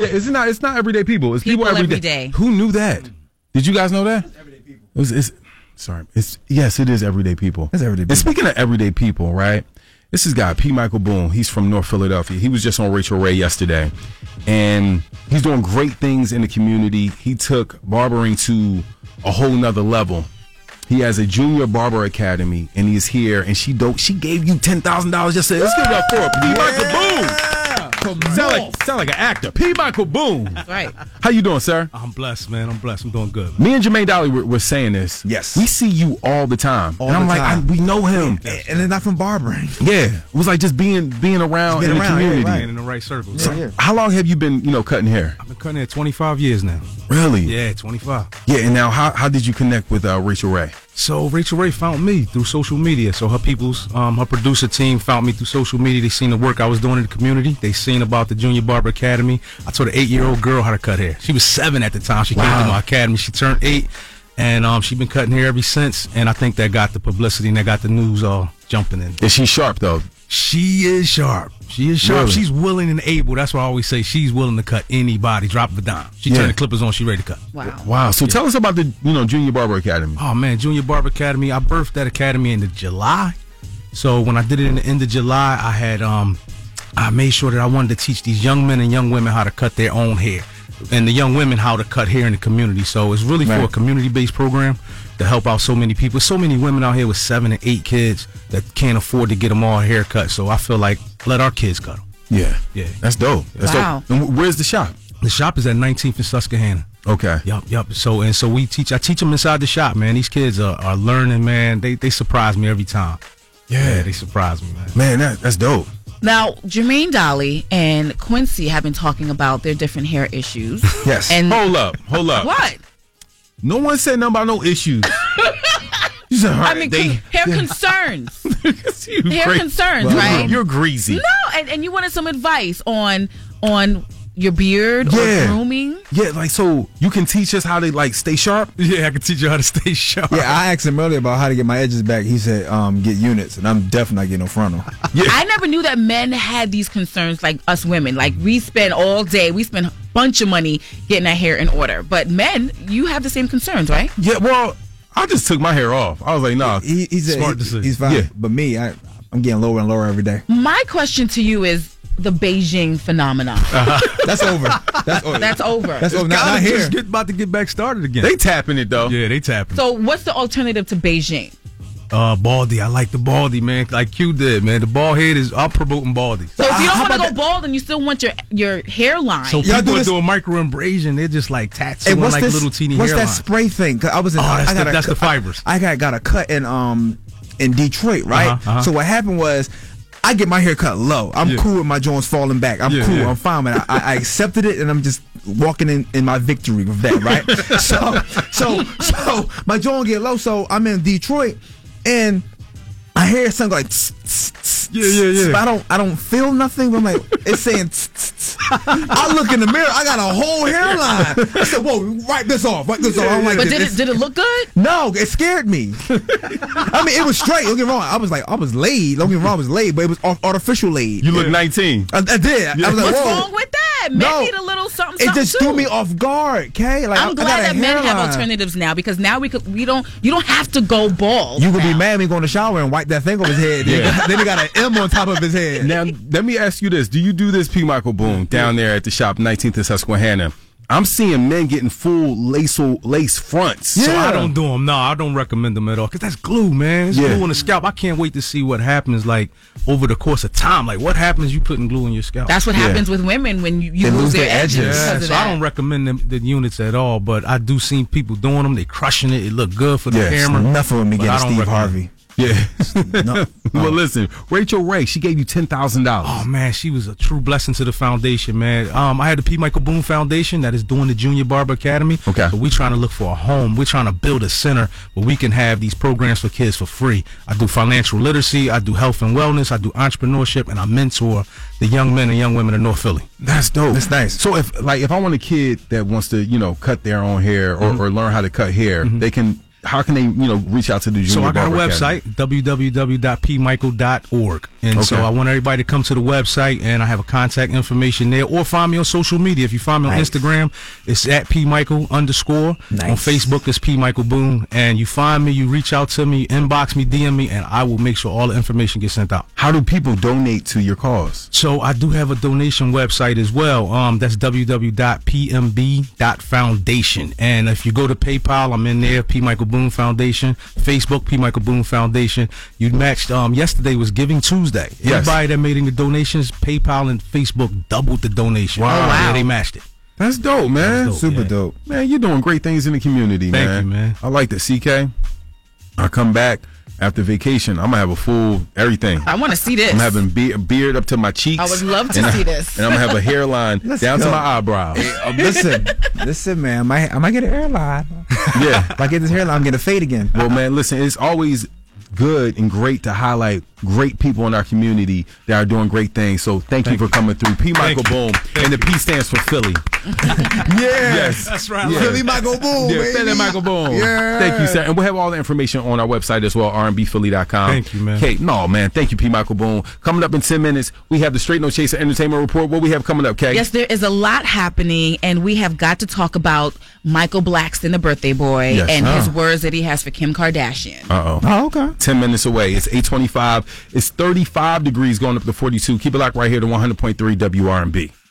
Yeah, it's not. It's not everyday people. It's people, People every every day. day. Who knew that? Did you guys know that? It's everyday people. sorry. It's yes. It is everyday people. It's everyday And people. speaking of everyday people, right? This is guy P. Michael Boone. He's from North Philadelphia. He was just on Rachel Ray yesterday, and he's doing great things in the community. He took barbering to a whole nother level. He has a junior barber academy, and he's here. And she dope. She gave you ten thousand dollars yesterday. Let's give it up for P. Michael Boone. Come Sound on. like, sound like an actor. P. Michael Boone. Right. How you doing, sir? I'm blessed, man. I'm blessed. I'm doing good. Me and Jermaine Dolly were, were saying this. Yes. We see you all the time. All and I'm the like, time. I, we know him. Yeah. And they're not from barbering. It was like just being being around Being in around, the yeah, community. right. And in the right circles. Yeah, yeah. How long have you been, you know, cutting hair? I've been cutting it 25 years now. Really? Yeah, 25. Yeah. And now, how, how did you connect with uh, Rachel Ray? So Rachel Ray found me through social media. So her people's, um, her producer team found me through social media. They seen the work I was doing in the community. They seen about the Junior Barber Academy. I taught an eight-year-old girl how to cut hair. She was seven at the time. She came to my academy. She turned eight, and um, she's been cutting hair ever since. And I think that got the publicity and that got the news all jumping in. Is she sharp though? She is sharp. She is sharp. Really? She's willing and able. That's why I always say she's willing to cut anybody. Drop the dime. She Yeah. turned the clippers on. She ready to cut. Wow. Wow. So tell us about the, you know, Junior Barber Academy. Oh man, Junior Barber Academy. I birthed that academy in the July. So when I did it in the end of July, I had um, I made sure that I wanted to teach these young men and young women how to cut their own hair, and the young women how to cut hair in the community. So it's really for a Right. community-based program to help out so many people. So many women out here with seven and eight kids that can't afford to get them all a haircut. So I feel like let our kids cut them. Yeah. Yeah. That's dope. That's Wow. dope. And wh- where's the shop? The shop is at 19th and Susquehanna. Okay. Yup, yup. So and so we teach. I teach them inside the shop, man. These kids are, are learning, man. They they surprise me every time. Yeah. they surprise me, man. Man, that, that's dope. Now, Jermaine Dolly and Quincy have been talking about their different hair issues. Yes. Oh, And hold up. Hold up. what? No one said nothing about no issues. you said, I mean, they, con- hair concerns. you Hair concerns, You're- right? You're greasy. no, and, and you wanted some advice on on your beard Yeah. or grooming. Yeah, like so you can teach us how to like stay sharp. Yeah, I can teach you how to stay sharp. Yeah, I asked him earlier about how to get my edges back. He said, um, get units, and I'm definitely not getting no frontal. I never knew that men had these concerns like us women. Like we spend all day, we spend a bunch of money getting our hair in order. But men, you have the same concerns, right? Yeah, well, I just took my hair off. I was like, nah. He, he said Smart he- decision. he's fine. Yeah. But me, I, I'm getting lower and lower every day. My question to you is the Beijing phenomenon. Uh-huh. That's over. That's over. That's over. That's over. Not, God, not I'm here. just get, about to get back started again. They tapping it though. yeah, they tapping. so what's the alternative to Beijing? uh, Baldy, I like the Baldy, man. Like Q did, man. The bald head is. I'm promoting Baldy. So if you Uh, don't how want to about go bald and you still want your your hairline, So Y'all do people are this- doing microabrasion. They're just like Hey, tattooing what's like this, little teeny what's hairline. that spray thing? 'Cause I was in, Oh, I- that's I the- got a that's the cut- fibers. I got got a cut in um in Detroit, right? Uh-huh, uh-huh. So what happened was. I get my hair cut low. I'm Yeah. cool with my joints falling back. I'm Yeah, cool. yeah. I'm fine with it. I, I accepted it, and I'm just walking in, in my victory with that, right? so, so, so my joint get low. So I'm in Detroit, and I hear something like, tss, tss, tss, Yeah, yeah, tss, yeah. but I don't, I don't feel nothing. But I'm like, it's saying. Tss, tss, tss. I look in the mirror. I got a whole hairline. I said, "Whoa, wipe this off. Wipe this off." I'm like, but did this- it did it look good? no, it scared me. I mean, it was straight. Don't get me wrong. I was like, I was laid. Don't get me wrong. I was laid, but it was ar- artificial laid. You look 19. I, I did. I was like, What's whoa. wrong with that? Men No. need a little something. It something just too. threw me off guard. Okay, like I- I'm I glad got a that men have hairline. alternatives now because now we could we don't you don't have to go bald. You would be now. mad when you go in the shower and wipe that thing over his head. Then he Yeah. got- then he got an M on top of his head. Now let me ask you this. Do you do this P Michael Boone down there at the shop 19th and Susquehanna? I'm seeing men getting full lace lace fronts. So Yeah. I don't do them. No, I don't recommend them at all. Cause that's glue, man. It's Yeah. glue on the scalp. I can't wait to see what happens like over the course of time. Like what happens you putting glue in your scalp. That's what Yeah. happens with women when you, you They lose, lose their, their edges. edges. because yeah. of So that. I don't recommend them the units at all. But I do see people doing them. They crushing it. It look good for the Yes, camera. Nothing with me But I getting don't Steve recommend- Harvey. Yeah. No. well, listen, Rachel Ray, she gave you $10,000. Oh man, she was a true blessing to the foundation, man. Um, I had the P. Michael Boone Foundation that is doing the Junior Barber Academy. Okay. So we trying to look for a home. We're trying to build a center where we can have these programs for kids for free. I do financial literacy, I do health and wellness, I do entrepreneurship, and I mentor the young men and young women of North Philly. That's dope. That's nice. So if like if I want a kid that wants to, you know, cut their own hair or, or learn how to cut hair, they can how can they, you know, reach out to the junior So I got a barber academy? website, www.pmichael.org, and And so Okay. I want everybody to come to the website, and I have a contact information there, or find me on social media. If you find me on Nice. Instagram, it's at p michael underscore. On Nice. Facebook, it's p michael boone. And you find me, you reach out to me, inbox me, DM me, and I will make sure all the information gets sent out. How do people donate to your cause? So I do have a donation website as well. Um, that's www.pmb.foundation. And if you go to PayPal, I'm in there. P Michael Boone Foundation, Facebook P Michael Boone Foundation. You matched. Um, yesterday was Giving Tuesday. Yes. Everybody that made in the donations, PayPal and Facebook doubled the donation. Wow. Oh, wow. Yeah, they matched it. That's dope, man. That's Super yeah. dope. Man, you're doing great things in the community, Thank man. you, man. I like that, CK. I come back after vacation. I'm gonna have a full everything. I want to see this. I'm having be- beard up to my cheeks. I would love to and I- see this. And I'm gonna have a hairline Let's down to go. my eyebrows. Uh, listen, listen, man. I might, I might get an hairline. yeah. If I get this hairline, I'm gonna fade again. Well, man, listen, it's always good and great to highlight great people in our community that are doing great things. So thank, you for coming through. P. Michael you. Boom. and the P stands for Philly. Yes. That's right. Yeah. Philly Michael Boom, Yeah, baby. Philly Michael Boom. Yeah. Thank you, sir. And we'll have all the information on our website as well, rmbphilly.com. Thank you, man. Kate, no, man. Thank you, P. Michael Boone. Coming up in 10 minutes, we have the Straight No Chaser Entertainment Report. What we have coming up, Kate? Yes, there is a lot happening, and we have got to talk about Michael Blackston, the birthday boy, Yes. and his Ah. words that he has for Kim Kardashian. Uh-oh. Oh, okay. 10 minutes away. It's 825. It's 35 degrees going up to 42. Keep it locked right here to 100.3 WRMB.